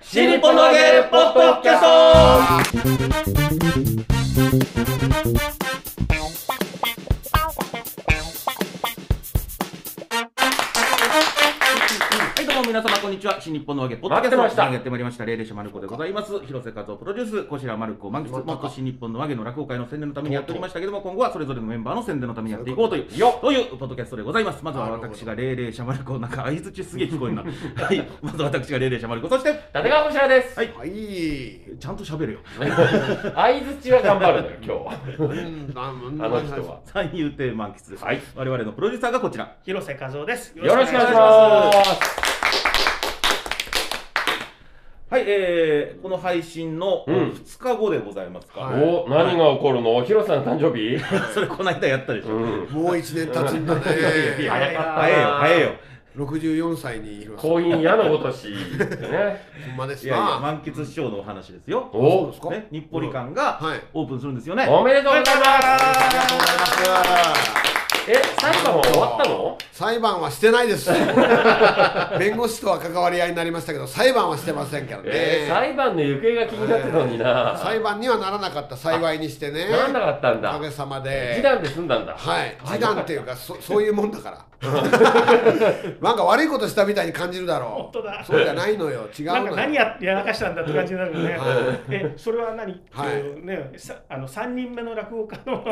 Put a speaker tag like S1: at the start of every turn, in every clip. S1: 新日本のゲームポッドキャストはい、どうも皆様、こんにちは。新日本のわけ、ポッドキャスト
S2: 待ってました
S1: やってまいりました。霊々島まる子でございます。広瀬和夫プロデュース、こちらまる子満喫、もっと新日本のわけの落語会の宣伝のためにやっておりましたけども、今後はそれぞれのメンバーの宣伝のためにやっていこうという、というポッドキャストでございます。まずは私が霊々島まる子、なんか相づちすげえ聞こえるな。はい、まずは私が霊々島まる子、そして、
S2: 立川こちらです。
S1: はい
S3: はい。
S1: ちゃんと喋るよ。
S2: 相づちは頑張るのよ、今 日は。
S3: うん、あ
S2: あの人は。。
S1: 三遊亭満喫です。はい、我々のプロデューサーがこちら。
S4: 広瀬和夫です。
S2: よろしくお願い
S1: ま
S2: しますす。
S1: はい、えー、この配信の
S2: うん
S1: 2日後でございますか。
S3: は
S2: お、何が起こるの広瀬さんの誕生 日
S1: それこの間やったでしょ。
S2: うん。
S3: もう一年経つんだね。
S1: いや
S2: 早かったな。
S1: 早いよ、早いよ。
S3: 六十四歳に広瀬さん。
S2: 婚姻矢のごと し。ね。
S3: ほんまです
S1: いやいや、
S3: な。
S1: 満喫師匠のお話ですよ。
S3: そう
S2: お
S3: ですか。
S1: ね、日暮里館が
S3: はい。
S1: オープンするんですよね。
S2: おめでとうございます。
S3: ありがとうござい
S2: え、裁判は終わったの
S3: ます。裁判はしてない です。弁護士とは関わり合いになりましたけど、裁判はしてませんからね。
S2: えー、裁判の行方が気になってたのにな。
S3: 裁判にはならなかった幸いにしてね。
S2: なんなかったん
S3: お
S2: だ
S3: か。げさま
S2: 示
S3: で。
S2: 談で済んだんだ。
S3: はい、示談っていうか、そ そういうもんだ から。なんか悪いことしたみたいに感じるだろ
S4: 本当だ
S3: う。そうじゃないのよ。違うのよ。
S4: なんか何ややらかしたんだって感じになるよね。え、それは何？
S3: はい
S4: ってうね、さあの三人目の落語家の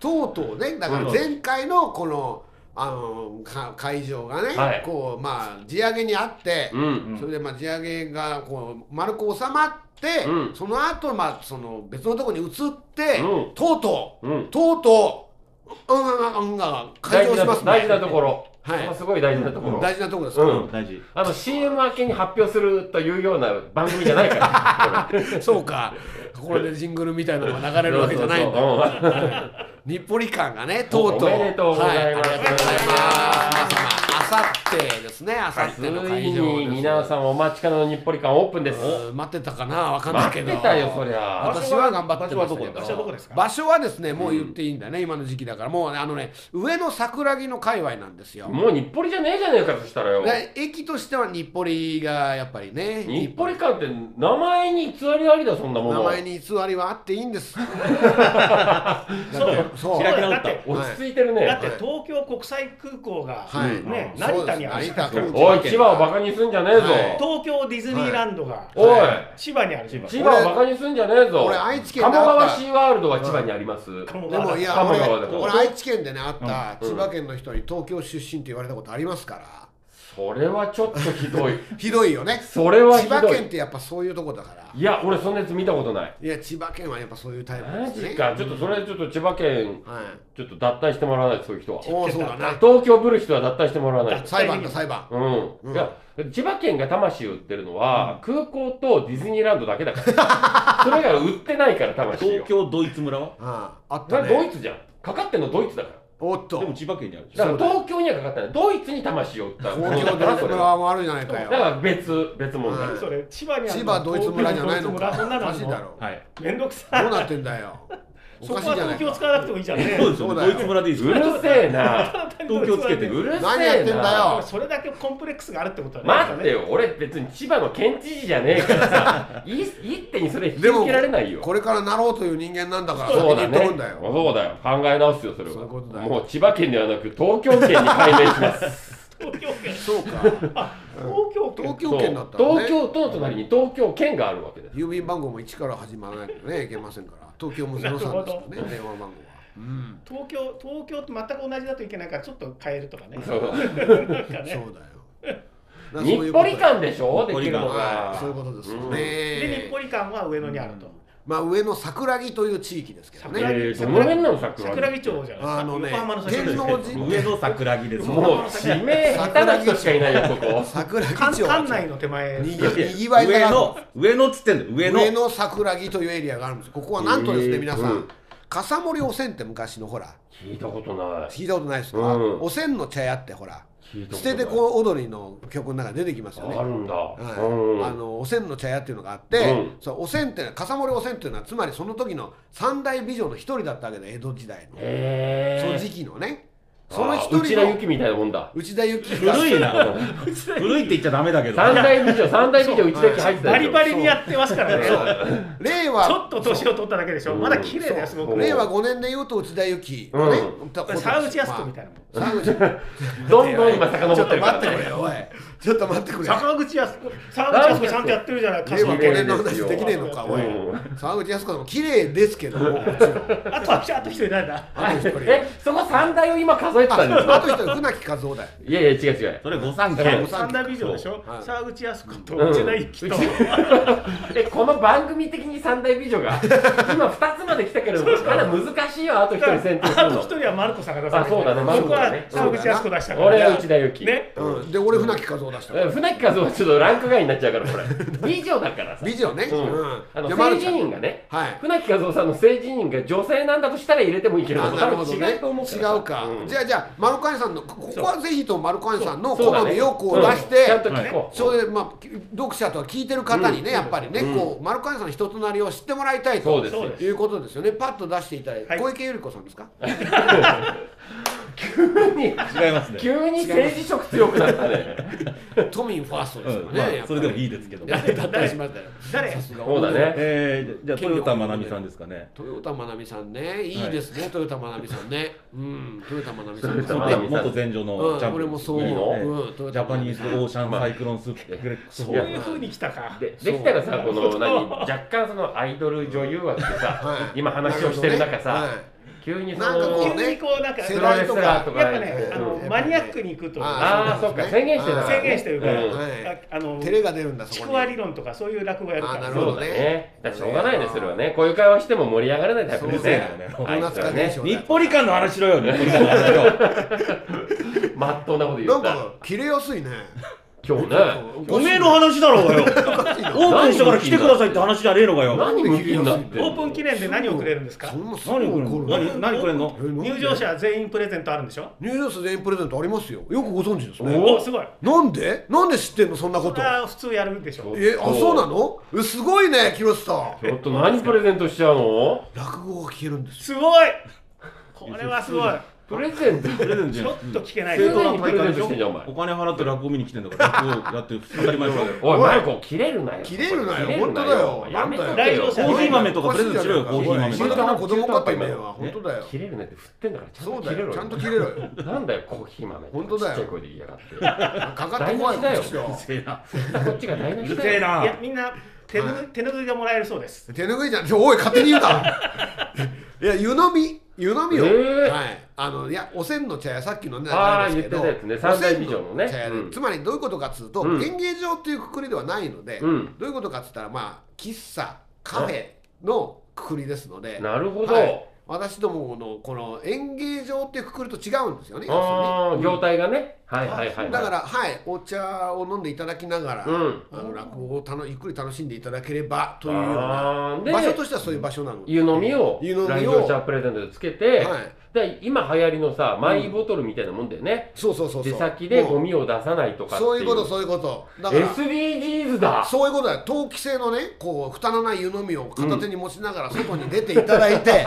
S3: とうとうねだから前回のこのあのか会場がね、
S2: はい
S3: こうまあ地上げにあって
S2: う、ん。
S3: それでまあ地上げがこう丸く収まって、
S2: うん
S3: その後まあその別のとこに移って、
S2: うん
S3: とうと
S2: う。
S3: うんとうとううんうんうんが開
S2: 大事
S3: 場しま
S2: な
S3: すね
S2: 大事なところ。
S3: はい
S2: そこすごい大事なところ。
S3: 大事なところです
S2: う
S3: か、
S2: ん
S1: 大事。
S2: あの CM 明けに発表するというような番組じゃないから。
S3: そうかこれでジングルみたいなのが流れるわけじゃないんだ
S2: そうそうそう
S3: 日暮里館がねとうとう
S2: おめでとうございます
S3: はありがとうございますあさってですねあさっ
S2: つ
S3: ての会
S2: い
S3: 場です
S2: に皆さんお待ちかねの日暮里館オープンです。
S3: うん待ってたかなわかんない
S2: 待
S3: け
S2: っ
S3: ど
S2: てたよ、そりゃ。
S3: 私は頑張ってましたけど
S4: 場所はどこですか
S3: 場所はですねもう言っていいんだね、今の時期だからもうねあのね上の桜木の界隈なんですよ、
S2: もう日暮里じゃねえじゃねえかとしたらよ。
S3: で駅としては日暮里がやっぱりね
S2: 日暮里館って名前に偽りありだ、そんなも
S3: 名
S2: の。
S3: 前に偽りはあっていい んですだってそう
S1: 開き直
S4: だ
S1: っ
S4: ったて
S2: 落ち着いてる
S4: だっ
S2: ね。
S4: て東京国際空港が、
S3: はい
S4: ね
S3: うん
S4: 成田に
S3: そう
S4: ある
S3: です。成田
S2: おい、千葉をバカにすんじゃねえぞ。
S3: はい
S4: 東京ディズニーランドが、
S2: おい、
S4: 千葉にある千葉。
S2: 千葉をバカにすんじゃねえぞ。
S3: 俺愛知県
S2: 鴨
S3: であった
S2: 川シーワールドは千葉にあります。
S4: 鴨
S3: で
S4: 川
S3: もいや
S2: 鴨
S3: 俺
S2: 川だから
S3: 俺愛知県でねあっ
S2: う
S3: た
S2: ん
S3: 千葉県の人に東京出身って言われたことありますから
S2: それはちょっとひどい。
S3: ひどいよね
S2: それはひ
S3: 千葉
S2: ど
S3: 県っ
S2: い。
S3: てやっぱそういうとこだから
S2: いや、俺そんなやつ見たことない。
S3: いや千葉県はやっぱそういうタイ
S2: マ
S3: プです
S2: ジ
S3: ね
S2: か、ちょっとそれちょっと千葉県、
S3: はい
S2: ちょっと脱退してもらわないと、そういう人は。
S3: おおそうだな
S2: 東京来る人は脱退してもらわないと。
S3: 裁判だ裁判
S2: う。
S3: うんん
S2: いや、千葉県が魂を売ってるのは、空港とディズニーランドだけだ から。それ以外は売ってないから、魂を
S1: 東。京ドイツ村は
S3: あああっ
S2: だ
S3: た
S2: からド
S3: ね
S2: イツじゃん。かかってんのドイツだから。
S3: おっと
S1: でも千葉県にあるでし
S2: だ
S1: ょ。
S2: から東京にはかかってない。ドイツに魂を売った。
S3: 東京ドイツ村もあるじゃないか
S2: だか
S3: よ
S2: ら別、別問題。
S3: はい
S4: それ千葉にある
S3: 千
S4: の
S3: 葉ドイツ村じゃないのか
S4: 東京ドイツ村そんな
S3: お
S4: の
S3: か
S4: あ
S3: し
S4: る
S3: い
S4: の
S3: だろど
S1: はい。
S4: めんどくさい。
S3: うなってん だよお
S4: そこ
S3: か
S4: は
S3: しいじゃない
S4: 東京使
S3: か
S4: わなくてもいいじゃんね。
S1: そうですよ
S3: そう
S1: ね。
S3: だ
S1: ド
S3: よ
S1: イツ村でいいです
S2: う
S1: よ。
S2: るせえ な。
S1: 東京つけて
S2: う
S1: る。
S2: るせえな。
S3: 何やってんだよ
S4: それだけコンプレックスがあるってことだ
S2: 待ってよ、俺別に千葉の県知事じゃねえからさ、い一手にそれ引き受けられないよ。
S3: これからなろうという人間なんだから先
S2: そう
S3: に
S2: だ
S3: 言っ
S2: ね。
S3: と
S2: そ
S3: く
S2: うん
S3: だ
S2: だよ。
S3: よ
S2: 考え直すよ、それは。
S3: そういうことだよ
S2: もう千葉県ではなく、東京県に改名します。
S4: 東京圏。
S3: そうか
S4: 東京圏。
S3: 東京圏だった
S2: そ
S3: ら
S2: う
S3: ね
S2: 東京都の隣に東京県があるわけです。
S3: 郵便番号も1から始まらないとねいけませんから東京も03ですからね電話番号は、うん、
S4: 東京東京と全く同じだといけないからちょっと変えるとかね。
S2: そう
S4: なんか
S3: そうだ
S4: ね。
S3: よだから
S2: 日
S3: そうい
S2: 暮
S3: うこと
S2: 里館でしょ、できるの
S3: は
S2: が
S3: い。そういうことですよ
S4: で日
S3: ね、
S4: 暮里館は上野にあると。
S3: まあ上の桜木という地域ですけど
S2: え
S3: ね
S2: ー、どの辺なの桜木
S4: 桜木町じゃないですか。
S3: あのね
S4: 横浜の桜木
S3: 天
S4: 町。
S3: 王寺
S1: 上野桜木です。
S2: もう地名下手な人しかいないよ、ここ。
S3: 桜木
S4: 館
S3: 町は
S4: 館内の手前。
S3: にぎ
S1: いや
S3: にぎわいが
S1: 上
S3: ある
S1: 野、上野っつってんだよ。上
S3: 上
S1: 野
S3: 野。桜木というエリアがあるんですここはなんとですね、
S2: えー
S3: 皆さん、
S2: うん
S3: 笠森おせんって昔のほら
S2: 聞いたことない。
S3: 聞いたことないですか、
S2: うん
S3: おせんの茶屋ってほら
S2: 聞いた
S3: 捨
S2: ことな
S3: て
S2: い
S3: てこう踊りの曲の中で出てきますよね
S2: あるんだ。うん
S3: はいあのおせんの茶屋っていうのがあって、
S2: うん
S3: そうおせんって笠森おせんっていうのはつまりその時の三大美女の一人だったわけで江戸時代の、
S2: へ
S3: その
S2: え。
S3: 時期のねその一
S2: あー内
S3: 人
S2: 田
S3: の
S2: 有紀みたいなもんだ。
S3: 内田有紀が
S1: 古いな。古いって言っちゃダメだけど。
S2: 三大美女、三大美女内田有紀入ってたで
S4: バ
S2: し
S4: リ
S2: ょ
S4: バリにやってますからね。ち
S3: 令
S4: ょ
S3: 和
S4: っと年を取っただけでしょ。
S2: うん
S4: まだ綺麗だよ、すご
S2: そ
S4: く。
S2: う
S4: ね
S3: 令和5年で言うと内田有紀、
S2: うん
S3: ねだから
S4: 沢口靖子みたいなも
S3: 沢
S4: ん。
S3: 口ちょっ
S2: どんどん今遡って
S3: と
S2: るか
S3: 待
S2: ら
S3: ってくれよ おいちょっと待ってくれ
S4: 坂口靖子、坂口靖子ちゃんとやってるじゃない。歌
S3: 令
S4: 手
S3: 和
S2: 綺
S3: 5
S2: 麗で
S3: 年の
S2: す
S3: 話
S2: よ
S3: できねえのかおい
S2: うん
S3: 沢口靖子さんも綺麗ですけどもちろん
S4: あとはあと一人誰だ。
S3: あと一人
S2: え、そこ三大を今数えて
S3: あ
S2: たんです
S3: あ
S2: か
S3: と一人船木和夫だよ
S2: いやいや、違う違う。
S1: それご三
S3: だから
S1: 家
S3: ご。
S4: 三大美女でしょ
S3: はい。
S4: 沢口靖子と
S2: うん
S4: 内田有紀と。
S2: え、この番組的に三大美女が、今二つまで来たけれども、まだ難しいよ、あと一人選定す
S4: あ
S2: る
S4: と
S2: の
S4: 一。人はマルコさんが出さ
S2: あそうだねマルコ
S4: 僕
S2: だ
S4: は
S2: ね
S4: 沢口靖子出したから。
S2: 俺は内田有紀。
S4: ね。
S3: うん、で俺船木和夫出した
S2: え船木和夫はちょっとランク外になっちゃうから、これ。美女だからさ。
S3: 美女ね、
S2: うんあの、
S3: でま
S2: 性
S3: る
S2: 自
S3: ちゃん
S2: 認がね、
S3: はい
S2: 船木和夫さんの性自認が女性なんだとしたら入れてもいいけど、
S3: あなるほ
S2: 多
S3: ど
S2: 分
S3: ね
S2: 違うと思う
S3: 違
S2: ら
S3: うか、
S2: うん
S3: じゃあじゃあマルカンさんのこここはぜひともマルカンさんの
S2: そうだ
S3: 好
S2: ね
S3: みをこう出して、
S2: んちゃんと聞こう。
S3: それでまあき読者とは聞いてる方にね、
S2: うん
S3: やっぱりね、
S2: うん
S3: こうマルカンさんの人となりを知ってもらいたい
S2: そう
S3: と
S2: ですよ。
S3: いうことですよねパッと出していただいて、
S4: はい
S3: 小池百合子さんですか
S2: 急に、
S1: 違いますね。
S2: 急に政治色強くなったね。
S3: 都民ファーストですよ
S1: うん
S3: ね、
S1: まあ
S3: やっぱり
S1: それでもいいですけど。
S3: いやだったりしましたよ
S4: 誰
S3: さすが
S2: そうだね。
S1: えーじゃあ豊田真奈美さんですかね。
S3: 豊田真奈美さんねいいですね、豊田真奈美さんねうん豊田真奈美さん
S2: 豊田真
S1: 元
S2: 奈美
S1: 元前女のチャン
S3: うん、
S1: プ
S3: 俺もそう思
S2: いう
S1: ね
S3: うん豊田
S1: ジャパニーズオーシャン
S2: まあ
S1: サイクロンスープレックス
S4: こういう風に来たか。
S2: で
S3: そう
S2: できたらさ、この
S4: そう
S2: 何若干そのアイドル女優枠で
S3: は
S2: さ、
S3: い
S2: 今話をしてる中
S3: なる
S2: さ、急にそ
S3: なんかこう
S2: の
S3: ね
S4: 急にこうなんか。
S3: 世
S2: プ
S3: 代
S2: ロレスラーとか
S4: やっぱね、あの
S2: うん
S4: マニアックに行くというか
S2: ああ、そ
S3: そうう
S2: か
S3: ですね
S2: 宣言してたからね
S4: 宣言してるから、
S2: うん
S3: はい
S4: ああ
S3: ほ
S4: の
S3: どね照れが出るんだ
S4: ち
S3: そ
S4: く
S3: こ
S4: わ
S3: に
S4: 理論とかそういう落語やるから
S3: あーなるほ
S2: そ
S3: ど
S2: うだね。だからしょうがないね、それはね。こういう会話しても盛り上がらないタイプで
S1: そうだ
S2: ね
S1: よね。
S2: あい
S3: ドーナ
S2: つ
S3: ツ
S2: は
S3: 化
S2: ね
S3: 現、象だ
S1: 日
S3: よ
S1: 暮里館の話しろよ、日暮里館の話しろ。
S2: まっとうなこと言
S3: な
S2: っ
S3: ん
S2: た。
S3: か切れやすいね
S2: 今日ね、
S1: おめえの話だろうがよ。オープンしてから来てくださいって話じゃねえのかよ。
S2: 何向きになってん
S4: オープ
S2: の
S4: ン記念で何をくれるんですか
S3: そんなす
S1: 何くれん
S3: ぐ
S1: の
S3: 怒る
S1: 何何くれんの
S3: え
S4: 入場者全員プレゼントあるんでしょ
S3: ニューヨース全員プレゼントありますよよくご存知ですね
S4: おすごい
S3: なんでなんで知ってんのそんなこ
S4: ことれは普通やるんでしょ
S3: えあそうなのえすごいね広瀬さん
S2: ちょっと何プレゼントしちゃうの
S3: 落語が聞けるんですよ
S4: すごいこれはすごい
S2: プレゼント
S1: プレゼントじゃ
S4: ち
S1: な
S4: ょ
S1: い
S4: っと聞けない
S1: 正
S4: けど
S1: 当な
S2: 常にプレ
S1: 大
S2: ゼ
S1: 会でし
S2: ントしてんじゃんお前
S1: ょお金払って落語見に来てんだから、落語やってる当たり前だよ。
S2: おい、マルコ、切れるなよ。
S3: 切れるなよ
S2: 切
S3: 本当だよ
S2: やめと
S3: なん
S4: だ
S2: け
S4: よ。
S2: よ。
S1: コーヒー豆とかプレゼントしろよ、コーヒー
S3: おい
S1: 豆
S3: そ
S1: とか。
S3: れだ子供かってめえわ
S2: ね
S3: 本当だよ
S2: 切れるねって振ってんだから、ちゃん
S3: そ
S2: と
S3: う
S2: 切
S3: だ
S2: れ
S3: よ
S2: ろ
S3: ちゃん
S2: よ
S3: と。切れろよ
S2: なんだよ、コーヒー豆。
S3: 本当だ
S2: ち
S3: よ
S2: っちゃい声で言いやがって。
S3: かかって怖い
S2: 台無しだ
S3: よ
S1: せえな
S2: こっちが台無
S1: う
S2: し
S1: る
S2: だ
S1: せえ
S2: よ。
S1: ない
S4: やみんな手ぬ
S3: はい
S4: 手拭いがもらえるそうです
S3: 手拭いじゃんおい勝手に言う ないや湯飲み湯飲みを、
S2: えー
S3: はいあのいやおせんの茶屋さっきのね
S2: あー
S3: れですけど
S2: 言ってたやつね三大美女のね
S3: おせん茶屋で、
S2: うん
S3: つまりどういうことかっつうと、
S2: うん
S3: 演芸場っていうくくりではないので、
S2: うん
S3: どういうことかっつったらまあ喫茶カフェのくくりですので、
S2: なるほ
S3: はい
S2: ど。
S3: 私どものこの演芸場っていうくくりと違うんですよね要す
S2: ああ、
S3: るに
S2: 業態がね。はいはいはい。
S3: だか、らはいお茶を飲んでいただきながら、
S2: うん。
S3: あの落語をたのゆっくり楽しんでいただければというような
S2: あーで
S3: 場所としてはそういう場所なので、
S2: 湯飲みを
S3: 湯飲みを
S2: 来場者プレゼントでつけて、
S3: はい
S2: で今流行りのさマイボトルみたいなもんだよね、
S3: そうそうそうそう
S2: 出先でゴ
S3: も
S2: ミを出さないと
S3: う
S2: かっていう
S3: そういうことそういうことだから
S2: SDGs だ
S3: そういうことだよ陶器製のねこう蓋のない湯飲みを片手に持ちながら外に出ていただ いて、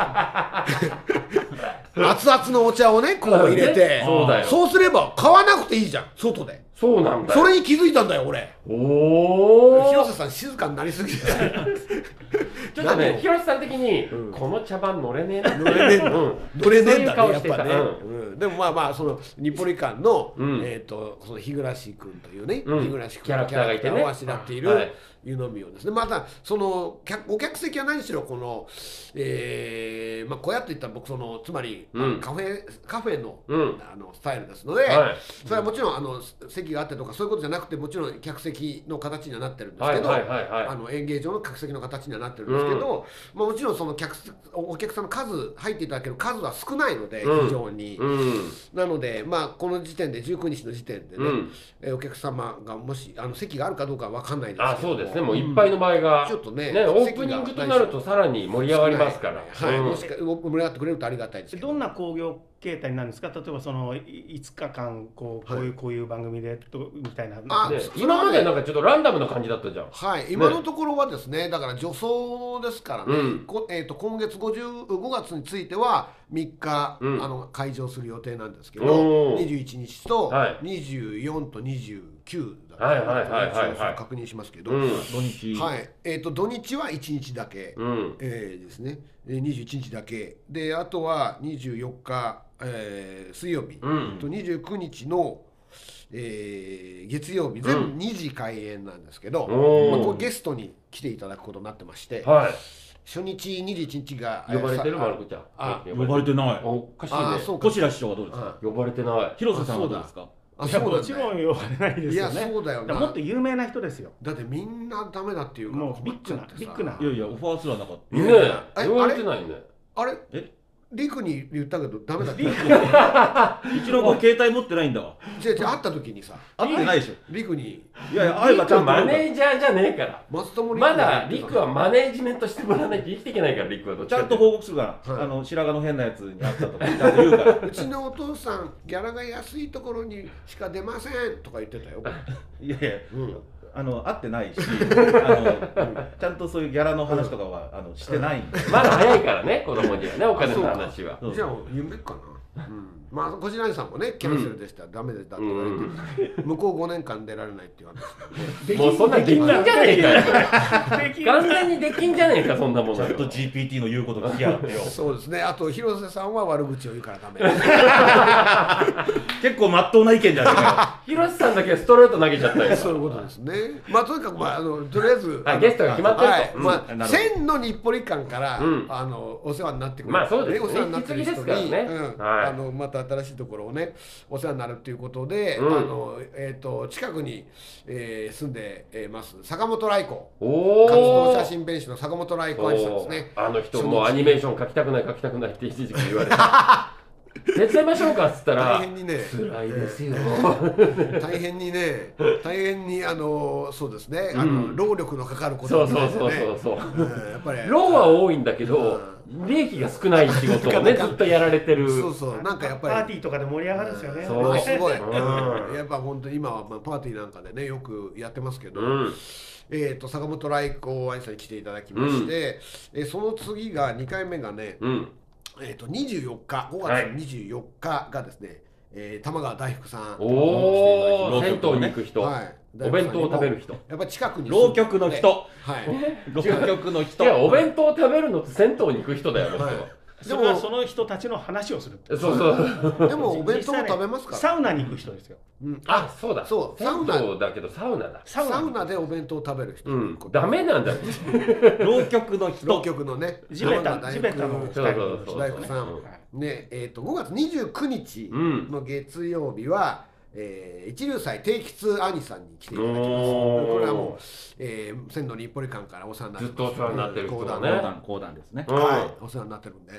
S3: 熱々のお茶をねこう入れて
S2: そうだよ
S3: そうすれば買わなくていいじゃん外で
S2: そうなんだよ
S3: それに気づいたんだよ俺
S2: お
S3: 広
S2: お
S3: 瀬さん静かになりすぎて
S2: ちょっと
S3: 何
S2: ね
S3: を
S2: 広瀬さん的に、
S3: うん
S2: この茶番乗れねえな
S3: 乗れねえんだ
S2: うん
S3: どれねえんだ
S2: そういう顔
S3: ねやっ
S2: して
S3: ぱ
S2: た
S3: ね、うんでもまあまあその日暮里館の、
S2: うん
S3: えっ、とその日暮君というね、
S2: うん
S3: 日暮君
S2: キャラクターがいてね
S3: キャラクターをあしらっている、
S2: はい
S3: 湯飲みをですねまたその客お客席は何しろこの、えーまあ、小屋といったら僕そのつまり、
S2: うん
S3: カフェカフェの,、
S2: うん
S3: あのスタイルですので、
S2: はい
S3: それはもちろんあの席があってとかそういうことじゃなくてもちろん客席の形にはなってるんです
S2: は
S3: け
S2: い
S3: ど、
S2: はいはいはい
S3: あの演芸場の客席の形にはなってるんですけど、まあ、もちろんその客すお客さんの数入っていただける数は少ないので、
S2: うん
S3: 非常に、
S2: うん
S3: なので、まあ、この時点で19日の時点でね、
S2: うん
S3: えーお客様がもしあの席があるかどうかわかんないですけど
S2: あそうですねもういっぱいの場合が、
S3: ちょっとね
S2: ねオープニングとなるとさらに盛り上がりますから、
S3: はい、
S2: うん
S3: もしかお盛り上がってくれるとありがたいですけど
S4: どんな興行形態になるんですか例えばそのい5日間こうこういうこういう番組でとみたいな
S3: あ
S2: ね
S3: それはね
S2: 今までなんかちょっとランダムな感じだったじゃん。
S3: はい、今のところはですね、だから助走ですからね、
S2: うん
S3: こえー、と今月50 5月については3日、
S2: うん
S3: あの会場する予定なんですけ
S2: お
S3: ど、
S2: ー
S3: 21日と
S2: はい
S3: 24と29だ
S2: はいはいはいはいはい
S3: 一応それ確認しますけど、
S2: うん
S1: 土日、
S3: はいえー、と土日は1日だけ、
S2: うん。
S3: えーですね、えー21日だけ、であとは24日、えー水曜日、
S2: うん。
S3: と29日の、えー月曜日、
S2: う
S3: 全部2時開演なんですけど。まあ、
S2: お
S3: これ
S2: お。
S3: ゲストに来ていただくことになってまして、
S2: は
S3: 初日21日が
S2: い。呼ばれてる
S3: えーさ
S2: まる子ちゃん。
S3: あ
S1: 呼ばれてな
S2: あ
S1: い。
S2: おかしい
S3: ああ
S2: ね。
S3: そうか
S1: こしら師匠はどうですか
S3: あ
S2: 呼ばれてない。
S1: 広瀬さんはどうですか
S3: あ
S4: いや
S3: そう
S4: も
S3: だ
S4: ち
S3: ね
S4: ろん呼ばれないで
S3: い
S4: すよ
S3: や
S4: ね
S3: そうだよ
S4: だから
S3: な
S4: もっと有名な人ですよ
S3: だってみんなダメだっていうから
S4: もうビッグな
S3: 困っちゃってさ
S4: ビッグない
S1: やいや、オファーすらなかっ
S2: ね
S3: え
S2: え。呼ばれてないね。
S3: あれ
S1: え
S3: リクに言ったけどダメだって
S4: リ
S3: 違う
S4: ク
S1: た。一郎君、携帯持ってないんだわ。
S3: 違う会った時にさ
S1: 会ってないでしょ。
S3: リクに
S1: いやいや、
S2: リ
S1: 会え
S2: ク
S1: ばちゃんと
S2: マ
S1: 会うから。
S2: ネージャーじゃねえから。
S3: 松友
S2: ま
S3: に
S2: だリクはマネージメントしてもらわないと生きていけないから、リクはどっち
S1: ちゃ
S2: か
S1: ん
S2: ってい
S1: と
S2: うと。
S1: 報告するから、
S3: はい
S1: あの白髪の変なやつに会ったとか、ちゃんと言う から。
S3: うちのお父さんギャラが安いところにしか出ませんとか言って たよ、
S1: いやいや、
S3: うん、
S1: あの会ってないし、 あのちゃんとそういうギャラの話とかはあのしてないんで。
S2: まだ早いからね、子供にはね、お金の話は。
S1: そう
S3: じゃあ夢かな、うん、まあ小白さんもねキャンセルでしたらダメだって言われて、
S2: うん
S3: 向こう5年間出られないって言われ て。
S2: もうそんなんできんじゃねえかよ。
S4: できる
S2: 完全にできんじゃね えか、そんなもの
S1: ち
S2: よ
S1: ゃんと GPT の言うことが付き合って よ
S3: そうですねあと広瀬さんは悪口を言うからダメ
S1: 結構真っ当な意見じゃないか
S2: 広瀬さんだけストレート投げちゃったよ。
S3: そういうことですね。まあとにかくまああのとりあえず
S2: あ
S3: あの
S2: ゲストが決まってると
S3: はい
S2: うん
S3: ま
S1: なる
S3: あ
S1: ほど
S3: 千の日暮里館から、
S2: うん
S3: あのお世話になってくる。
S2: まあそうですよ
S3: お世話になってる人
S2: 引き継ぎ
S3: に、
S2: ですからね
S3: うん
S2: はい
S3: あのまた新しいところをねお世話になるということで、
S2: うん
S3: あのえっ、と近くに、えー住んでえーます坂本来子
S2: おお。
S3: 活動写真弁士の坂本来子愛さんですね。
S2: あの人もうアニメーション描きたくない描きたくないって一時期言われた 手伝いましょうかっつった
S3: 大
S2: ら
S3: 変にね。
S2: 辛いですよ
S3: 大変にね、大変にあのそうですね、あ
S2: う
S3: の
S2: ん
S3: 労力のかかるこ と
S2: そう
S3: なん
S2: そう
S3: です
S2: そ
S3: よ
S2: う
S3: ね。
S2: そうそう
S3: うんやっぱり
S2: ローは多いんだけど利益が少ない仕事を ねずっとやられてる
S3: そうそうなんかやっ
S4: パ
S3: ぱ
S4: ーテ
S3: り
S4: ィーとかで盛り上がるんですよね、
S2: そう
S3: まあすごい、
S2: うん
S3: やっぱ本当に今はまあパーティーなんかでねよくやってますけど、
S2: うん
S3: えー、と坂本来子愛さんに来ていただきまして、えーその次が2回目がね、
S2: うん
S3: えー、と24日5
S2: はい
S3: 月24日がですね、えー玉川大福さん
S2: お
S1: ロ
S2: お
S1: ー
S2: 銭湯に行く人、
S3: はい
S2: お弁当を食べる人い
S3: やっぱ近 くに
S1: ら。浪曲の
S3: 人
S1: 人、
S3: はい、
S1: 浪曲の人。
S2: やお弁当を食べるのと銭湯に行く人だよあの人は
S3: は
S4: それはその人たちの話をするって
S2: そうそう
S3: い、 でもお弁当を食べますから、
S4: サウナに行く人ですよ
S3: うん、あ
S2: あそうだ
S3: そうサウナ
S2: 銭湯だけどサウナだ
S4: サウナ
S3: サウナでお弁当を食べる人、
S2: うんダメなんだよ
S1: 浪曲の
S3: 浪
S1: 人。
S3: 曲のね
S4: 地べ
S3: 玉
S4: た
S3: 川
S4: 地
S3: 大
S4: べ
S3: 福
S4: たの
S2: そうそうそう
S3: 大福さん、ねえー、と5月29日
S2: うん
S3: の月曜日は、えー一流祭定吉兄さんに来ていただきます
S2: おー
S3: これはもう、えー、仙道日暮里館からお世話になってま
S2: ずっと
S3: す
S2: お世話になってる人
S3: 講
S2: だ
S3: 談
S2: ね
S3: の
S1: 講談、講談ですね。
S2: うん
S3: はい、お世話になってるんで、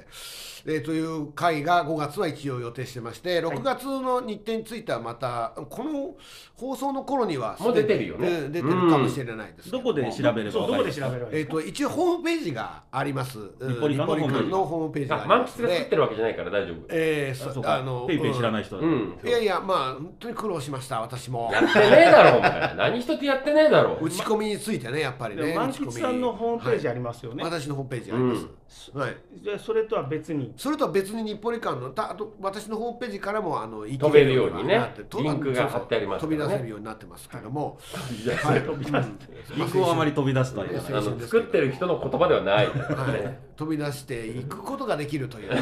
S3: えーという会が5月は一応予定してまして6月の日程についてはまたこの放送の頃には
S2: もう出てるよね
S3: うん出てるかもしれないですけ
S1: ど
S3: も
S1: こで調べれば
S4: そう
S1: わ
S4: ど
S1: か
S4: こ
S1: り
S4: で
S1: ま
S4: 調
S1: す
S4: べ
S1: か。
S4: ればい
S3: え
S4: い
S3: ー、と一応ホームページがあります、うん
S1: 日暮里館の
S3: 日のホームページがあ
S2: あ
S3: り
S2: 満
S3: ま
S2: 喫
S3: すの
S2: が作っ
S3: で
S2: てるわけじゃないから大丈夫
S3: えー
S1: あ
S3: そ
S1: そうか。ペイペイ知らない人だ。
S2: うん
S3: いやいや、まあ、本当に苦労しました、私も。
S2: やってねえだろ、お前。何一つやってねえだろ。
S3: 打ち込みについてね、やっぱり
S4: で
S3: ね。
S4: も満喫さんのホームページあ
S3: り
S4: りますよね、
S3: 私のホームページあります。はい。
S4: でそれとは別に
S3: それとは別に日暮里館のたあと私のホームページからもあの行け
S2: 飛べるようにね
S3: なってと
S2: リンクが貼ってあります
S3: そう
S2: か
S3: そう
S2: らね
S3: 飛び出せるようになってますけども、
S2: いや
S3: はい、
S4: 飛び出す
S1: リンクをあまり飛び出すとは言わ
S2: あ
S1: ない。
S2: の作ってる人の言葉ではない。
S3: はい、飛び出していくことができるというね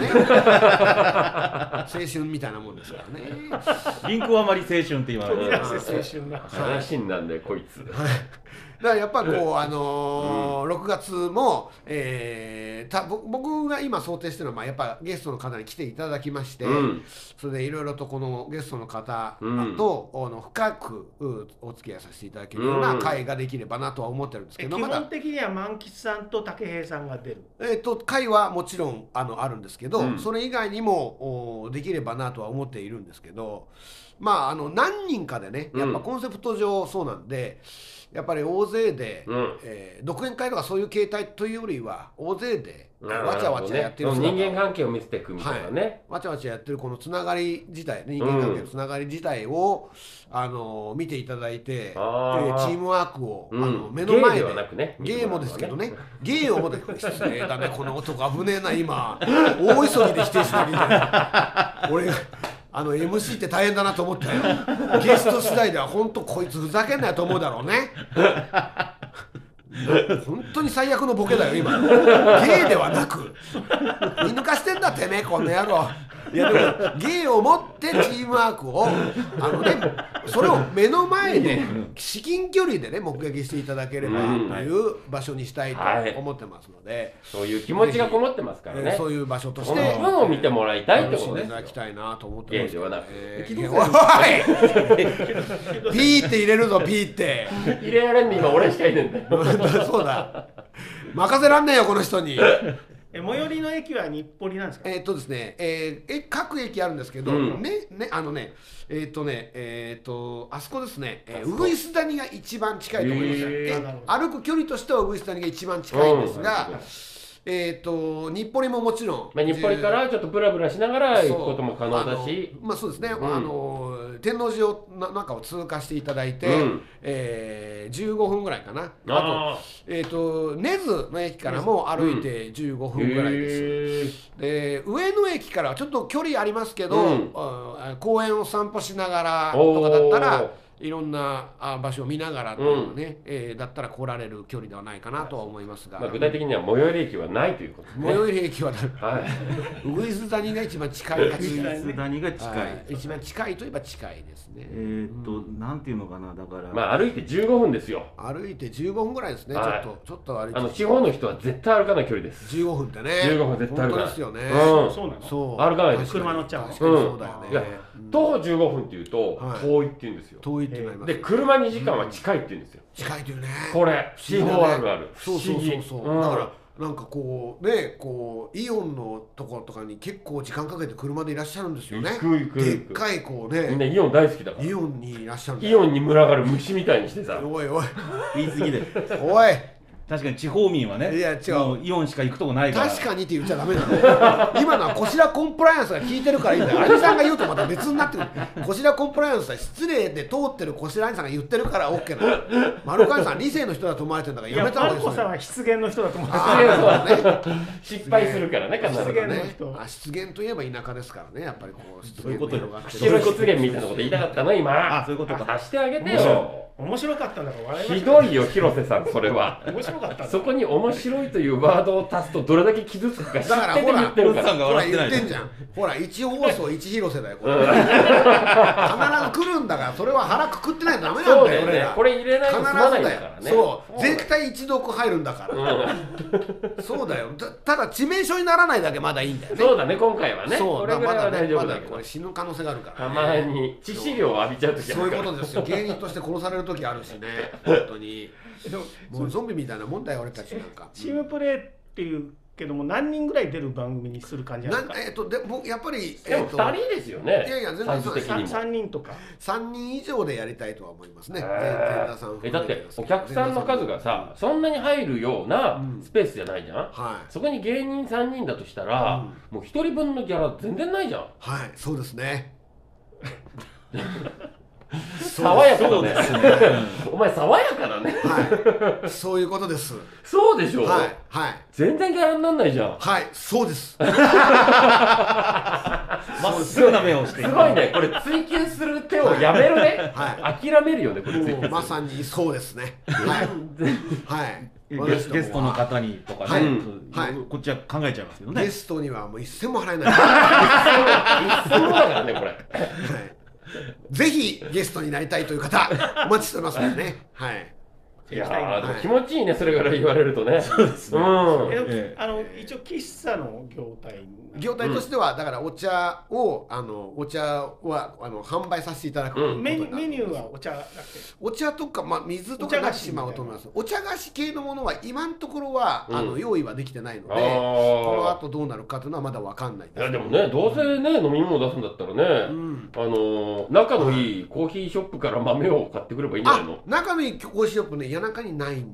S3: 青春みたいなもんですからね。
S1: リンクをあまり青春って言わ
S4: 飛び
S1: な
S4: 出
S1: い。
S4: せ青春な
S2: 話になんだよ、こいつ。
S3: だからやっぱこう、あのー6月も、えーたぼ僕が今想定してるのは、まあ、やっぱゲストの方に来ていただきまして、
S2: うん
S3: それでいろいろとこのゲストの方
S2: うん
S3: と、あの深くうお付き合いさせていただけるような
S2: うん
S3: 会ができればなとは思ってるんですけ
S4: え
S3: ど、
S4: 基
S3: ま
S4: 本
S3: だ、
S4: 的には満喫さんと武平さんが出る
S3: えー、と会はもちろんあのあるんですけど、
S2: うん
S3: それ以外にもおできればなとは思っているんですけどまああの何人かでねやっぱ
S2: うん
S3: コンセプト上そうなんで、やっぱり大勢で、
S2: うん
S3: えー独演会とかそういう形態というよりは大勢で
S2: なるほど
S3: わちゃわちゃやってる
S2: ね、そ
S3: 姿
S2: の人間関係を見せていくみたいなね、
S3: わちゃわちゃやってるこのつながり自体ね人間関係のつながり自体を、あの見ていただいて、え
S2: あー
S3: ーチームワークを、
S2: うん
S3: あの目の前
S2: 芸
S3: で
S2: ではなくね
S3: 芸もですけどね芸をもって失礼だねこの男危ねえな今大急ぎで否定しなきゃいけない俺あの MC って大変だなと思ったよゲスト次第では本当こいつふざけんなよと思うだろうね本当に最悪のボケだよ今芸ではなく見抜かしてんだてめえこの野郎いやでも芸を持ってチームワークをあのねそれを目の前で至近距離でね目撃していただければ
S2: うん
S3: という場所にしたいと思ってますので、
S2: そういう気持ちがこもってますから
S3: え
S2: ね
S3: ーそういう場所とし
S2: こ
S3: て
S2: の分を見てもらいたいって
S3: 楽
S2: こ
S3: し
S2: と
S3: んで
S2: です
S3: いた
S2: よ
S3: だきたいなと思ってます
S2: 芸ではなく
S3: え
S2: え
S3: ーおいピーって入れるぞピーって。
S2: 入れられんの今俺しかいねえんだよ
S3: そうだ任せらんねえよこの人に。
S4: え最寄りの駅は日暮里なんですか
S3: えーっとですね、えーえ各駅あるんですけど、
S2: うん
S3: ねねあのねえーっとねえーっとあそこですね、え
S2: あそ
S3: ー、
S2: こ
S3: ウグイス谷が一番近いと思います、
S2: へ
S4: ー
S3: え歩く距離としてはウグイス谷が一番近いんですが、
S2: うん
S3: えーっと日暮里ももちろん、
S2: まあ、日暮里からちょっとブラブラしながら行くことも可能だし
S3: あのまあそうですね、
S2: うん
S3: あの天王寺をな中を通過していただいて、
S2: うん
S3: えー15分ぐらいかなあ
S2: あ
S3: と,、えー、と根津の駅からも歩いて15
S2: あ
S3: 分ぐらいです、
S2: へえ
S3: で上野駅からはちょっと距離ありますけど、
S2: うん
S3: あ公園を散歩しながらとかだった
S2: おー
S3: らいろんなあ場所を見ながらというね、えーだったら来られる距離ではないかなとは思いますが、
S2: まあ、具体的には最寄り駅はないということです
S3: 最
S2: ね
S3: 寄り駅は
S2: はい
S3: ウグイス谷が一番近い
S4: ウグイス谷
S1: 水谷が近い、
S3: はい一番近いといえば近いですね、
S1: えーっと、なんていうのかなだから、
S2: まあ歩いて15分ですよ
S3: 歩いて15分ぐらいですね、
S2: はい
S3: ちょっとちょっと歩いて
S2: あの地方の人は絶対歩かない距離です
S3: 15分ってね
S2: 15分絶対歩
S3: 本
S2: か
S3: 当
S2: ない
S3: ですよね、
S2: うん
S4: そうなの
S2: 歩
S3: そう
S2: かないです
S3: 確に
S4: 車乗っちゃうの
S3: 確かにそうだよね、
S2: いや
S3: うん
S2: 徒歩15分っていうと
S3: はい
S2: 遠いって言うんですよ
S3: 遠いってなります
S2: で車2時間は近いって言うんですよ
S3: 近いというね
S2: これ地方あるある不
S3: そう
S2: 思
S3: そう
S2: 議
S3: そうそう、だからなんかこうねこうイオンのところとかに結構時間かけて車でいらっしゃるんですよね
S2: 行く行く
S3: で
S2: 行
S3: っ
S2: く
S3: かいこう
S2: みんな
S3: ね
S2: イオン大好きだから
S3: イオンにいらっしゃるんだ
S2: イオンに群がる虫みたいにしてさ
S3: おいおい
S1: 言い過ぎで
S3: おい
S1: 確かに地方民はね
S3: いや違う
S1: もイオンしか行くとこないから
S3: 確かにって言っちゃダメなの今のはこちらコンプライアンスが効いてるからいいんだよ兄さんが言うとまた別になってくるこちらコンプライアンスは失礼で通ってるこちら兄さんが言ってるから OK なの丸川さん理性の人だと思われてるんだから
S4: い
S3: や
S4: や
S3: めた
S4: マ
S3: 方がい
S4: ル
S3: い
S4: コ
S3: です
S4: さん
S3: よ
S4: は失言の人だと思うんです
S3: あーそうだね
S2: 失敗するからね必
S4: 失
S2: ず
S4: 言の
S3: ね
S4: 人
S3: あ失言といえば田舎ですからねやっぱりこう失
S1: そういうことよ
S2: 出力出現みたいなこと言いたかったの今
S1: あそういうことか
S2: 発してあげて
S1: 面
S2: よ
S4: 面白かったんだから笑いま
S2: ひ
S4: したよ
S2: どいよ広瀬さんそれは
S4: 面白かったんだ
S2: そこに面白いというワードを足すとどれだけ傷つくか知ってて言ってるか
S1: だ
S2: ら
S1: から
S3: ほら
S1: 笑って
S3: 言
S1: ないの
S3: ってんじゃんほら一放送一広瀬だよこれ必ず来るんだからそれは腹くくってないとダメなん
S2: そう
S3: だ
S2: だよ
S3: よ俺
S2: ね
S3: ら
S2: これ入れない
S3: 必
S2: と
S3: ず
S2: 済まないん
S3: だ
S2: だ
S3: よ
S2: からね
S3: そう絶対一読入るんだからそうだよたただ致命傷にならないだけまだいいんだよね
S2: そうだね今回はね
S3: そ
S2: こ
S3: う
S2: れ
S3: だ
S2: ぐ
S3: ま
S2: らいは
S3: だ
S2: 大
S3: ね
S2: 丈
S3: ま
S2: 夫
S3: だ
S2: だけ
S3: こ
S2: ど
S3: れ死ぬ可能性があるから
S2: た
S3: ね
S2: まに致死量を浴びちゃう時あ
S3: そう
S2: るか
S3: いう
S2: ら
S3: ことですよ芸人として殺される時あるしね本当にもうゾンビみたいなもんだよ俺たちなんか
S4: チームプレーっていうけども何人ぐらい出る番組にする感じな
S3: なんん
S4: で
S3: かえっとで僕やっぱり
S2: で
S3: え
S2: も
S3: っと
S2: 2人ですよね
S3: いやいや全然
S2: サイズ
S3: そうで
S2: 的
S4: すか
S2: にも
S4: 3人とか
S3: 3人以上でやりたいとは思いますね。
S2: え
S3: 前田さん
S2: えだってお客さんの数がさそんなに入るような
S3: うん
S2: スペースじゃないじゃん
S3: はい
S2: そこに芸人3人だとしたらもう1人分のギャラ全然ないじゃん
S3: はいそうで すね。
S2: 爽やか
S1: そうで
S2: だ
S1: す
S2: ね
S1: ね
S2: お前爽やかだね
S3: はいそういうことです。
S2: そうでしょ
S3: はいはい
S2: 全然ギャラになんないじゃん
S3: はいそう です。
S1: まっすぐな目をしてい
S2: すごいね、これ追求する手をやめるね。
S3: は
S2: 諦めるよね、これ追求す
S3: もう
S2: る。
S3: まさにそうですね。はいはい。
S1: ゲスゲストの
S3: は
S1: 方にとかね、
S3: はい
S1: うん
S3: はい
S1: こっちは考えちゃいますけどね
S3: ゲストにはもう一銭も払えない。は
S2: そうだからね、これ。
S3: いぜひゲストになりたいという方お待ちしておりますからね。はい。
S2: い
S4: 行
S2: や
S4: きたい
S2: ー
S4: な
S2: でも気持ちいいねそれから言われるとねそうですねうん
S4: えでも
S1: ええ
S4: あの一応喫茶の業態
S3: 業態としては、だからお茶をあのお茶はあの販売させていただくことにな
S4: メ
S3: る
S4: ニューメニューはお茶だけ
S3: お茶とか、まあ、水とか
S4: お茶
S3: な
S4: 菓子
S3: しまうと思いますお茶菓子系のものは今のところは、あ
S2: う
S3: の
S2: ん
S3: 用意はできてないので
S2: あ
S3: この
S2: あ
S3: 後どうなるかというのはまだわかんない
S2: いやでもねどうせね飲み物出すんだったら
S3: う
S2: ね、
S3: ん、
S2: あのー仲のいいコーヒーショップから豆を買ってくればいいんじゃないの
S3: あ仲のいいコーヒーショップね谷中にないんだね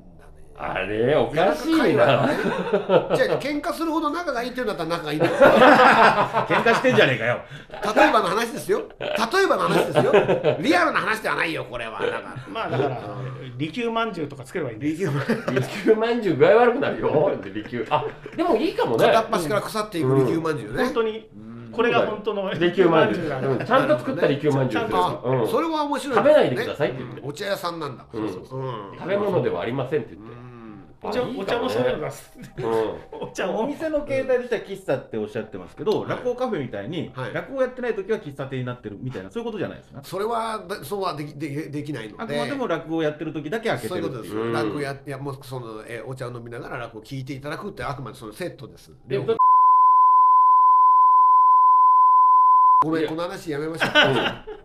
S2: あれおかしいな
S3: 谷中界隈はねじゃあ喧嘩するほど仲がいいっていうんだったら仲がいいんだよ
S1: 喧嘩してんじゃねえ かよ。
S3: 例えばの話ですよ例えばの話ですよリアルな話ではないよこれはだから
S4: まあだから利休まんじゅうとかつければいいんですよ
S2: 利休まんじゅう具合悪くなるよ利休あでもいいかもね
S3: 片っ端から腐っていく利休まんじゅうね、
S4: 本当にこれが本当の
S2: 利休まんじゅう
S4: 利
S2: うんちゃんと作った利休まんじゅうっていう
S3: あ
S2: か、うん、
S3: それは面白い
S2: 食べないでくださいって言って
S3: うんお茶屋さんなんだ
S2: うん
S3: そうそううん
S2: 食べ物ではありませんって言って
S4: お茶
S2: あいいか
S4: お茶もそういうの
S2: ね
S4: が
S2: うん
S4: お茶
S1: お
S4: も
S1: 店の形態としては喫茶っておっしゃってますけど、
S3: はい
S1: 落語カフェみたいに、
S3: はい
S1: 落語やってない時は喫茶店になってるみたいな、そういうことじゃないですか。
S3: それはだそうはできでできないの
S1: あく
S3: で
S1: までも落語をやってる時だけ開け
S3: そう
S1: て
S3: い
S1: るっ
S3: うこ
S1: て
S3: と
S1: いう
S3: です
S2: う
S3: よ
S2: ん
S3: 落語やいやもうそのえーお茶を飲みながら落語を聞いていただくってあくまでそのセットです
S2: でもだっ
S3: ごめ
S2: い
S3: ん
S2: や
S3: この話やめましょう
S2: て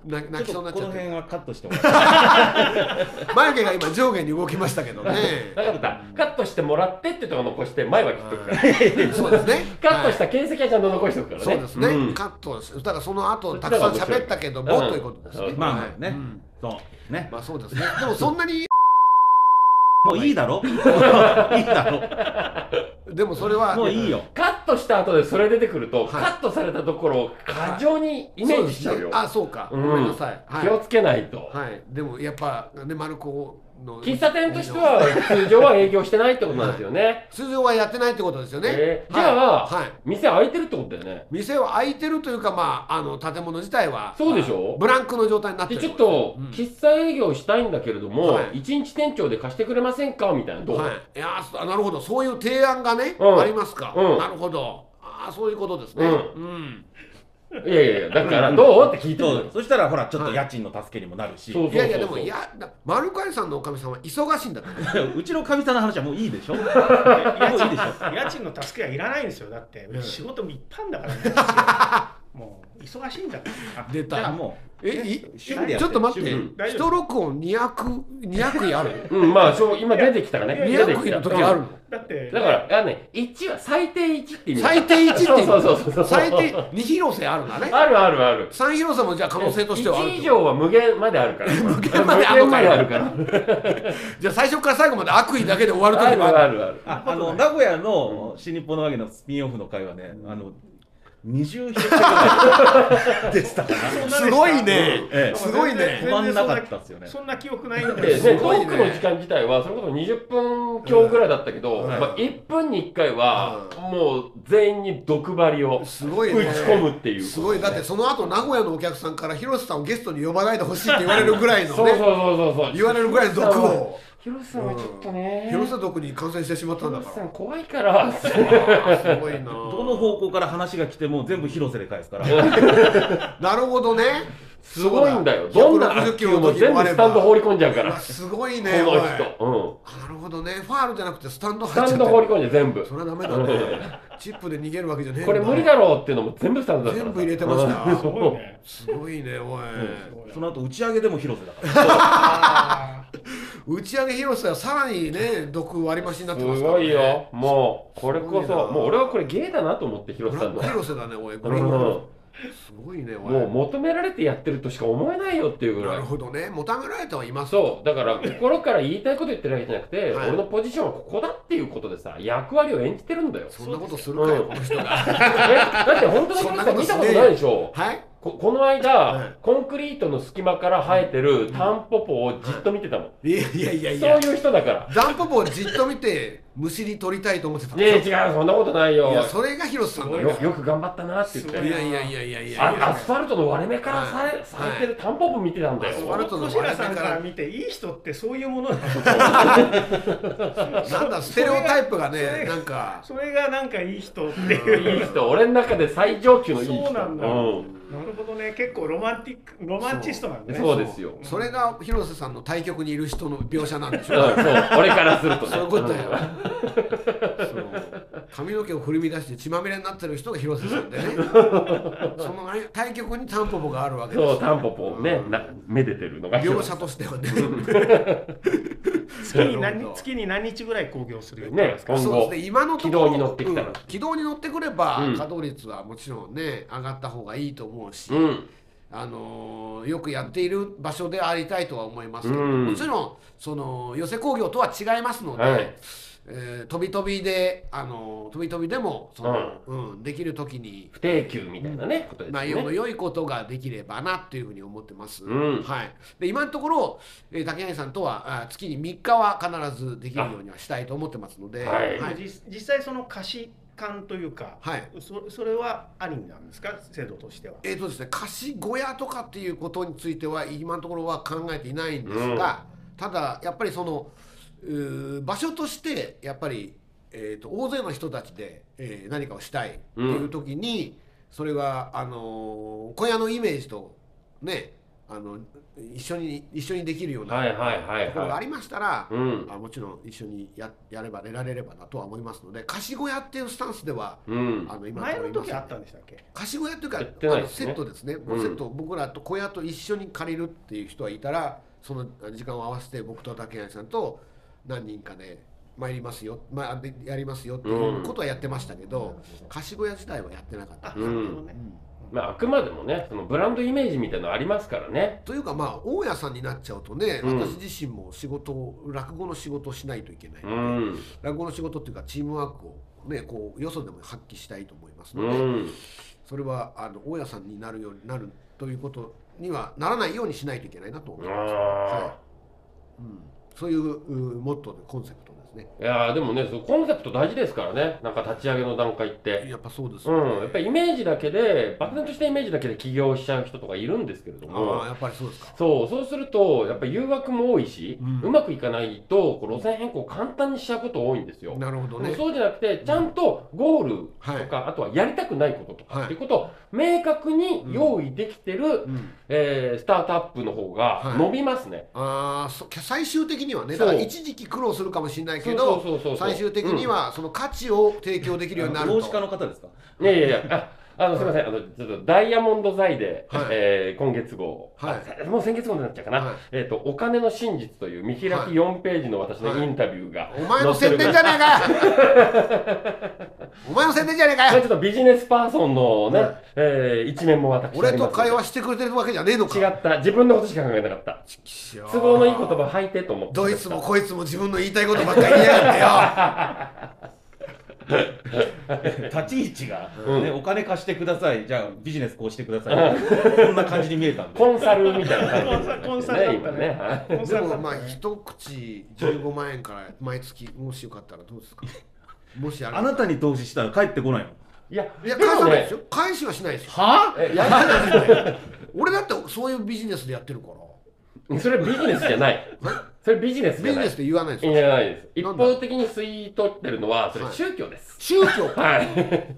S3: な泣き
S1: ち
S3: そ
S1: ょ
S3: う
S1: っ
S3: にな
S1: とこの
S3: っちゃって
S1: 辺はカットしてもらって
S3: 眉毛が今上下に動きましたけどね
S2: うん分かったカットしてもらってってとこ残して前は切っとくから
S3: そうですね
S2: カットし
S3: は
S2: た形跡はちゃんと残しておくから
S3: い
S2: ね
S3: そうですね、
S2: うん
S3: カットですだからその後たくさん喋ったけども、
S2: うん
S3: ということですね、
S2: うん
S1: まあまあね、
S3: うん
S1: そうね
S3: まあそうですねでもそんなに
S1: もういいだろ いいだ
S3: でもそれは
S1: ろもういいよ
S2: カットした後でそれ出てくると、
S3: はい
S2: カットされたところを過剰にイメージしちゃう
S3: そ
S2: よ
S3: ですね。あ、そうか。ご
S2: うん
S3: めんなさい。は
S2: 気を
S3: い。
S2: つけないと。
S3: はい。でもやっぱねマルコの
S2: 喫茶店としては通常は営業してないってことなんですよね。
S3: 通常はやってないってことですよね。
S2: えー
S3: はい
S2: じゃあ
S3: はい。
S2: 店開いてるってことだよね。
S3: 店は開いてるというかまああの建物自体は
S2: そうでしょ
S3: ブランクの状態になって
S2: で
S3: る。
S2: ちょっと、
S3: うん
S2: 喫茶営業したいんだけれども、
S3: はい
S2: 一日店長で貸してくれませんかみたいなどう、
S3: はい。いやーそなるほど。そういう提案がね
S2: うん
S3: ありますか。
S2: うん
S3: なるほど。ああそういうことですね。
S2: う
S3: うん。
S2: い、やいやいやだからどうって聞いてるの
S1: そ
S2: よ
S1: うそしたらほらちょっと家賃の助けにもなるし、
S2: そうそう
S3: い
S2: そうそう
S3: やいやでもいやなマルカイさんのおかみさんは忙しいんだから。
S1: うちのかみさんの話はもういいでしょもういいでしょ
S4: 家賃の助けはいらないんですよだって
S3: うん
S4: 仕事もいっぱいあんだからねもう忙しいんだから
S3: 出
S1: じゃあ
S3: た。
S1: も
S3: えい
S1: う趣味でや
S3: ちょっと待って
S1: 趣味
S2: うん。
S4: 大丈夫
S3: 一録音200 200 やる。
S2: うんまあそう今出てきたらね
S4: い
S2: 出て
S3: 200
S2: き
S3: 位
S2: た
S3: の時あるの。
S4: だって
S2: だからあのね一は最低一っていう意味
S3: 最低1っていう
S2: そうそうそうそう
S3: 最低2広瀬あるんだね
S2: あるあるある
S3: 3広瀬もじゃあ可能性としてはある
S2: 1以
S3: と
S2: 上は無限まである から無
S3: 限まであるのかよ
S2: 限まであるから
S3: じゃあ最初から最後まで悪意だけで終わる
S2: あ
S3: 時
S2: る
S3: も
S2: あ
S3: ある
S2: るある
S1: ああの名古屋の新日本のわけのスピンオフの会はね、あの二重広瀬ぐらいで したか
S4: そんな
S1: ら、
S4: でした
S3: すごいね
S1: ええ
S3: すごいね
S4: 全
S1: 止まん
S4: 然
S1: な
S4: そ
S1: かったですよね
S4: そんな記憶ないん
S2: で
S4: で
S2: ね、
S3: す
S2: ト
S3: ごいね
S2: ークの時間自体はそれこそ20分強ぐらいだったけど、
S3: うん
S2: まあ、1分に1回はもう全員に毒針を打ち
S3: すごいね
S2: 込むっていう
S3: すごいだってその後名古屋のお客さんから広瀬さんをゲストに呼ばないでほしいって言われるぐらいの
S2: そうそう
S3: ね
S2: そうそうそう
S3: 言われるぐらいの毒を
S2: 広瀬さんはちょっとね
S3: 広瀬毒に感染してしまったんだ
S2: 広瀬
S3: か
S2: さ
S3: ら
S2: ん怖い から
S3: あーすごいな
S1: どの方向から話が来ても全部広瀬で返すから
S3: なるほどね
S2: すごいんだよど
S3: そ
S2: ん
S3: うだ
S2: な悪
S3: 160キ
S2: 球
S3: ロ
S2: も
S3: の時
S2: 全
S3: もあ
S2: 部
S3: れば
S2: スタンド放り込んじゃうから
S3: あすごい
S2: こ
S3: ねおい
S2: の
S3: なるほどねファールじゃなくてスタンド
S2: 人、うん、スタ
S3: 入っちゃ
S2: ン
S3: って
S2: ド
S3: る
S2: 放り込んじゃう全部
S3: それはダメだね。 チップで逃げるわけじゃねえん
S2: こ
S3: だ
S2: れ無理だろうっていうのも全部スタンドだから
S3: 全部入れてまし
S4: す
S3: た。
S4: ごいね
S3: すごいね、おい。
S1: その後打ち上げでも広瀬だから
S4: あー
S3: 打ち上げ広瀬はさらにね、毒割り増しになって
S2: す
S3: ますから、ね。
S2: ごいよもうこれこ
S3: す
S2: そ
S3: ごいな
S2: もう俺はこれゲーだなと思って
S3: ブ
S2: 広
S3: ラ
S2: 瀬さん
S3: ッ
S2: の
S3: ク広瀬だね、おい。こ
S2: う
S3: れ
S2: んも
S3: すごいね、おい。
S2: う求められてやってるとしか思えないよっていうぐ
S3: な
S2: ら
S3: る
S2: い
S3: ほどね。もためられてはいます。
S2: そうだから心から言いたいこと言ってるわけじゃなくて、
S3: はい
S2: 俺のポジションはここだっていうことでさ役割を演じてるんだよ
S3: そんなことするかよ、
S2: うん
S3: この人 が。
S2: えだって本当にこれさ見たことないでしょ
S3: はい
S2: ここの間、
S3: はい
S2: コンクリートの隙間から生えてるタンポポをじっと見てたもん、
S3: いやいやいやい
S2: そ
S3: や。
S2: ういう人だから
S3: ダンポポをじっと見て、虫に取りたいと思ってたん
S2: いや
S3: でしょ。
S2: 違うそんなことないよ
S3: いや、それが広瀬さんだ
S2: よ
S3: よ。
S2: よく頑張ったなって言っ
S4: すご
S2: て
S3: いやいやいやいやいやい
S2: あア
S3: や
S2: ス。ファルトの割れ目からさ
S3: はい
S2: えさえてるタンポポ見てたんだ
S3: アス
S2: よ、
S3: ファルトの
S4: 小白さんから見ていい人ってそういうものなの
S3: なんだ、ステレオタイプがね、なんか。
S4: それがなんかいい人って
S2: い
S4: いう
S2: い人俺の中で最上級のいい人
S4: そうなんだ
S2: うん
S4: なるほどね結構ロマンティックロマンチストなんだね
S2: そうですよ
S3: それが広瀬さんの対局にいる人の描写なんでし
S2: うん、
S3: ょ
S2: そう俺からするとね
S3: そういうことやわそう髪の毛を振り乱して血まみれになってる人が広瀬さんでねその対局にタンポポがあるわけで
S2: そう
S3: す
S2: タンポポをねなめでてるのが
S3: 描写としてはね
S4: 月に何月に何日ぐらい興行するよ
S2: ね今
S3: そう
S2: 後
S3: ですね今のところ
S2: 軌道に乗ってきたら
S3: うん軌道に乗ってくれば、
S2: うん
S3: 稼働率はもちろんね上がった方がいいと思うし、
S2: うん
S3: あのーよくやっている場所でありたいとは思いますけど、
S2: うん
S3: もちろんその寄せ工業とは違いますので、
S2: はい
S3: えー飛び飛びで、あのー飛び飛びでもその、うん、できる時に
S2: 不定休みたいなねことですよね
S3: 内容の良いことができればなというふうに思ってます。
S2: うん
S3: はい、で今のところ、えー竹谷さんとはあ月に3日は必ずできるようにはしたいと思ってますので、
S2: はい
S4: でも実実際その貸し感というか、
S3: はい
S4: そそれはありなんですか制度としては。
S3: えーとですね、貸し小屋とかっていうことについては今のところは考えていないんですが、ただやっぱりそのうー場所としてやっぱり、えー、と大勢の人たちで、えー何かをしたいっていう時に、それが、あのー小屋のイメージとねあの一緒に一緒にできるような
S2: はいはいはい
S3: ところがあ
S2: は
S3: りましたら、
S2: いうん
S3: あもちろん一緒にややればやられればなとは思いますので貸し小屋っていうスタンスでは、
S2: うん
S3: あの今
S4: 前
S3: ところ
S4: の
S3: いま
S4: 時
S3: せん
S4: あったんでしたっけ
S3: 貸し小屋というか、
S2: やってな
S3: あ
S2: い
S3: の
S2: ですね
S3: セットですね、もう
S2: うん
S3: セットを僕らと小屋と一緒に借りるっていう人はいたらその時間を合わせて僕と竹谷さんと何人かで参りますよ、まあ、でやりますよっていうことはやってましたけど、貸し小屋自体はやってなかった
S4: あ、。なるほどね。
S2: まああくまでもねそのブランドイメージみたいなのありますからね
S3: というかまあ大家さんになっちゃうとね、
S2: うん
S3: 私自身も仕事を落語の仕事をしないといけない、
S2: うん
S3: 落語の仕事っていうかチームワークを、ね、こうよそでも発揮したいと思います
S2: う
S3: ので、
S2: ん
S3: それはあの大家さんになるようになるということにはならないようにしないといけないなと思います。
S2: あ
S3: はいうん、そういううモットーでコンセプトですね。
S2: ーいやーでもねそのコンセプト大事ですからねなんか立ち上げの段階って
S3: やっぱそうです
S2: う
S3: よね
S2: んやっぱりイメージだけで漠然としたイメージだけで起業しちゃう人とかいるんですけれど
S3: ああ
S2: も
S3: やっぱりそうですか。
S2: そうそうするとやっぱり誘惑も多いし、
S1: う
S2: うんまくいかないとこう路線変更を簡単にしちゃうこと多いんですよ
S3: なるほど
S2: でも
S3: ね。
S2: そうじゃなくてちゃんとゴールとか、あとはやりたくないこととか、
S3: はい
S2: っていうことを明確に用意できてる、えースタートアップの方
S3: は
S2: が
S3: い
S2: 伸びますね。
S3: ああそ最終的にはね
S2: そ
S3: だ
S2: う
S3: から一時期苦労するかもしれないけ
S2: そうそ
S3: ど
S2: うそうそう
S3: 最終的に、はその価値を提供できるようになると。
S1: 投資家の方ですか
S2: うんいやいやいやああのすみませんあのちょっとダイヤモンド財で、
S3: はい
S2: えー今月号、
S3: はい
S2: あもう先月号になっちゃうかな、
S3: はい
S2: えっ、とお金の真実という見開
S3: は
S2: き
S3: い
S2: 4ページの私のインタビューが、
S3: お前の宣伝じゃねえかよ お前の宣伝じゃねえか
S2: これ
S3: よ
S2: ちょっとビジネスパーソンのね、
S3: はい
S2: えー一面も私あ
S3: 俺
S2: ります
S3: と会話してくれてるわけじゃねえのか
S2: 違った自分のことしか考えなかった都合のいい言葉吐いてと思って
S3: どいつもこいつも自分の言いたいことばっかり言いやがっ
S1: 立ち位置が、
S2: うん
S1: ね、お金貸してください、じゃあビジネスこうしてください、こんな感じに見えたんで、
S2: コンサルみたいな
S4: コ
S2: 感
S4: ン
S2: じです
S4: サコンサ
S2: ね
S4: ルだ
S2: 今
S4: った
S2: ね
S4: ね。
S2: はい
S4: コン
S3: て
S4: サ
S3: よ
S4: ル
S3: で
S4: だ
S3: も
S4: っ
S3: まあ
S4: たね。
S3: 一口15万円から毎月もしよかったらどうですかもしあれば
S1: あなたに投資したら帰ってこないの。
S2: いや
S3: いや
S2: で
S3: 返さ
S2: も
S3: ないで
S2: ね
S3: すよ返しはしないですよ
S1: は
S2: えやば
S3: 俺だってそういうビジネスでやってるから
S2: いそれビジネスじゃないそれビジネスじ
S3: ビ
S2: ゃ
S3: ジ
S2: ない
S3: ネスで言わないです
S2: いいん
S3: よ
S2: じゃないです一
S3: なんだ
S2: 方的に吸い取ってるのはそれ宗教です
S3: 宗教
S2: はい、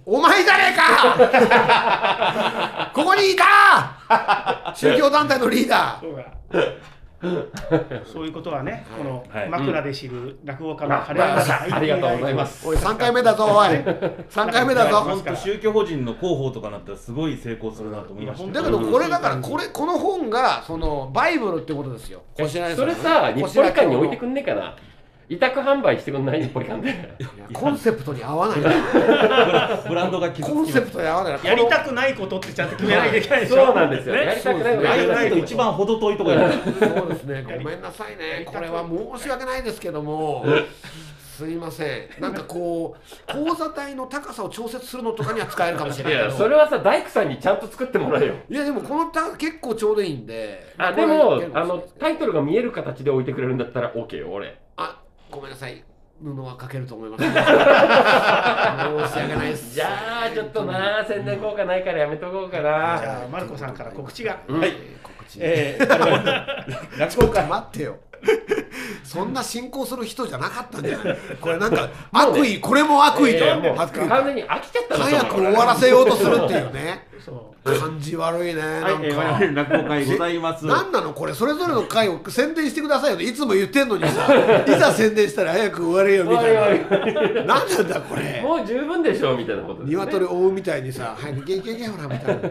S3: お前じゃねえか ここにいた宗教団体のリーダー
S4: そうか そういうことはね、この
S1: はい
S4: 枕で知る落語家の
S2: あ
S4: 彼ら。
S2: ありがとうございますす
S3: おい3回目だぞおい3回目だ
S4: いや
S3: ぞ
S1: 本当宗教法人の広報とかなったらすごい成功するなと思いましたよ
S3: だけどこれだからこれこの本がそのバイブルってことですよこしらえ
S2: それさ日暮里館に置いて
S3: る
S2: くんねえかな委託販売してくんない日暮里館で
S3: コンセプトに合わないな
S1: ブランドが傷つき
S3: コ
S1: ま
S3: ンセ
S1: す
S3: プトに合わないな
S4: やりたくないことってちゃんと決めなきゃいけないでしょ。
S2: そうなんですよ、やりたくないこと
S1: ああ
S2: や
S1: い
S2: り
S1: う
S2: た
S1: ラ
S2: い
S1: イ
S2: こ
S1: ト
S2: と
S1: 一番程遠いとこや
S3: そうですね、ごめんなさいね、これは申し訳ないですけども、すいません、なんかこう、講座体の高さを調節するのとかには使えるかもし
S2: い
S3: れない
S2: や
S3: け
S2: そ
S3: ど、
S2: れはさ大工さんにちゃんと作ってもらえよ
S3: いや、でもこのた結構ちょうどいいんで、
S2: あ
S3: これ
S2: でも
S3: いけるか
S2: あ
S3: しれな
S2: の
S3: いですけど
S2: タイトルが見える形で置いてくれるんだったら OK よ俺
S3: あごめんなさい、布はかけると思います。申し訳ないです。
S2: じゃあちょっとな宣伝効果ないからやめとこうかな
S4: じゃあ、マルコさんから告知が。
S2: うん
S3: はい、告知。
S1: えー、我々落語
S3: ちょっと
S1: 家
S3: 待ってよ。そんな進行する人じゃなかったんじゃないこれなんか悪意これも悪意と
S2: えーもう
S3: はっきり言って
S2: 完全に飽きちゃったな
S3: 早く終わらせようとするっていうね
S4: そ
S3: 感じ悪いねな
S1: はい、えー、
S3: ん
S1: 我
S3: か
S1: 々落語会ございます。
S3: 何なのこれそれぞれの回を宣伝してくださいよっていつも言ってんのにさいざ宣伝したら早く終われよみた
S2: おい
S3: い
S2: お
S3: な何なんだこれ
S2: もう十分でしょみたいなことです、ね、
S3: 鶏を追うみたいにさ早くいけいけいけほらみたいな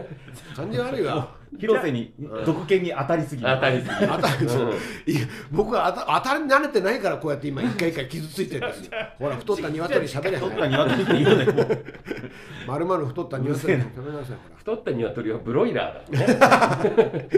S3: 感じ悪いわ
S1: 広瀬に独権に当たりすぎ。
S2: 当たりすぎ
S3: 当たり
S2: うん
S3: いや僕は当た当たり慣れてないからこうやって今一回一回傷ついてるん ですよほら太った鶏しゃべれ
S1: 取っ
S3: 早
S1: た
S3: い
S1: 鶏って言うね。もう
S3: まるまる太った鶏食べなさいほ
S2: 太った鶏はブロイラーだ、ね、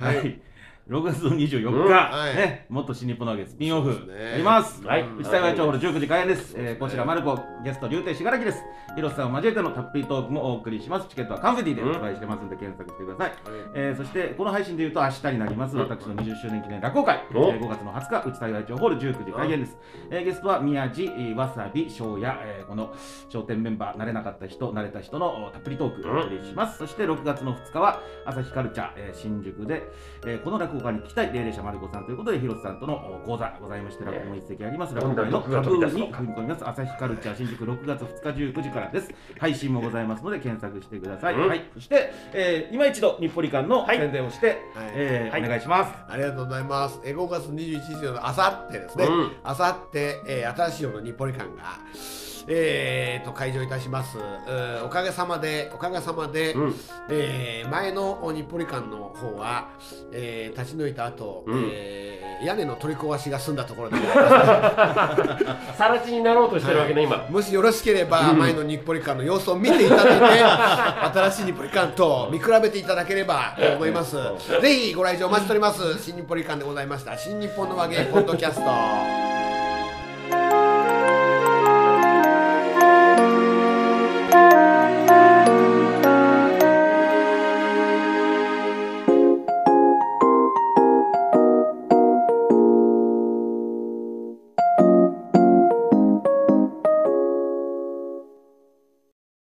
S1: はい、6月24日、
S2: うん
S3: はい
S1: ね、もっと新日本のわけスピンオ
S3: そう
S1: フ
S3: ですね
S1: やります。
S2: はい
S1: 内田会長ホール19時開演です。
S3: うですね
S1: えーこちらマルコゲスト竜亭しがらきです。広瀬さんを交えてのたっぷりトークもお送りします。チケットはカンフェティで発売してますんで検索してください。
S3: ら
S1: えーそしてこの配信でいうと明日になります
S2: うん
S1: 私の20周年記念落語会、え
S2: お
S1: ー5月の20日内田会長ホール19時開演です、えーゲストは宮地えーわさび庄屋、えーこの笑点メンバー慣れなかった人慣れた人のおたっぷりトーク
S2: うん
S1: お送りします、そして6月の2日は朝日カルチャー、えー新宿で、えーこの落語家に聞きたい霊霊者丸子さんということで広瀬さんとのお講座ございまして落語も一席あります落語会のタブーに組み込みます朝日カルチャー新宿6月2日19時からです配信もございますので検索してください、
S2: うん
S1: はい、そして、えー、今一度日暮里館の
S4: はい
S1: 宣伝をして、
S3: はい
S1: えー
S4: はい
S1: お願いします。
S3: ありがとうございます。えー5月21日のあさってですね、
S2: うん
S3: あさって、えー新しいよの日暮里館が、えー、と開場いたします。うーおかげさまで、おかげさまで、
S2: うん
S3: えー前のお日暮里館の方は、えー立ち退いた後、
S2: うん
S3: えー屋根の取り壊しが済んだところで、
S2: さら地になろうとしてるわけね、今
S3: もしよろしければ、
S2: うん
S3: 前の日暮里館の様子を見ていただいて、 新しい日暮里館と見比べていただければと思います。ぜひご来場お待ちしております。新日暮里館でございました。新日本の和芸ポッドキャスト。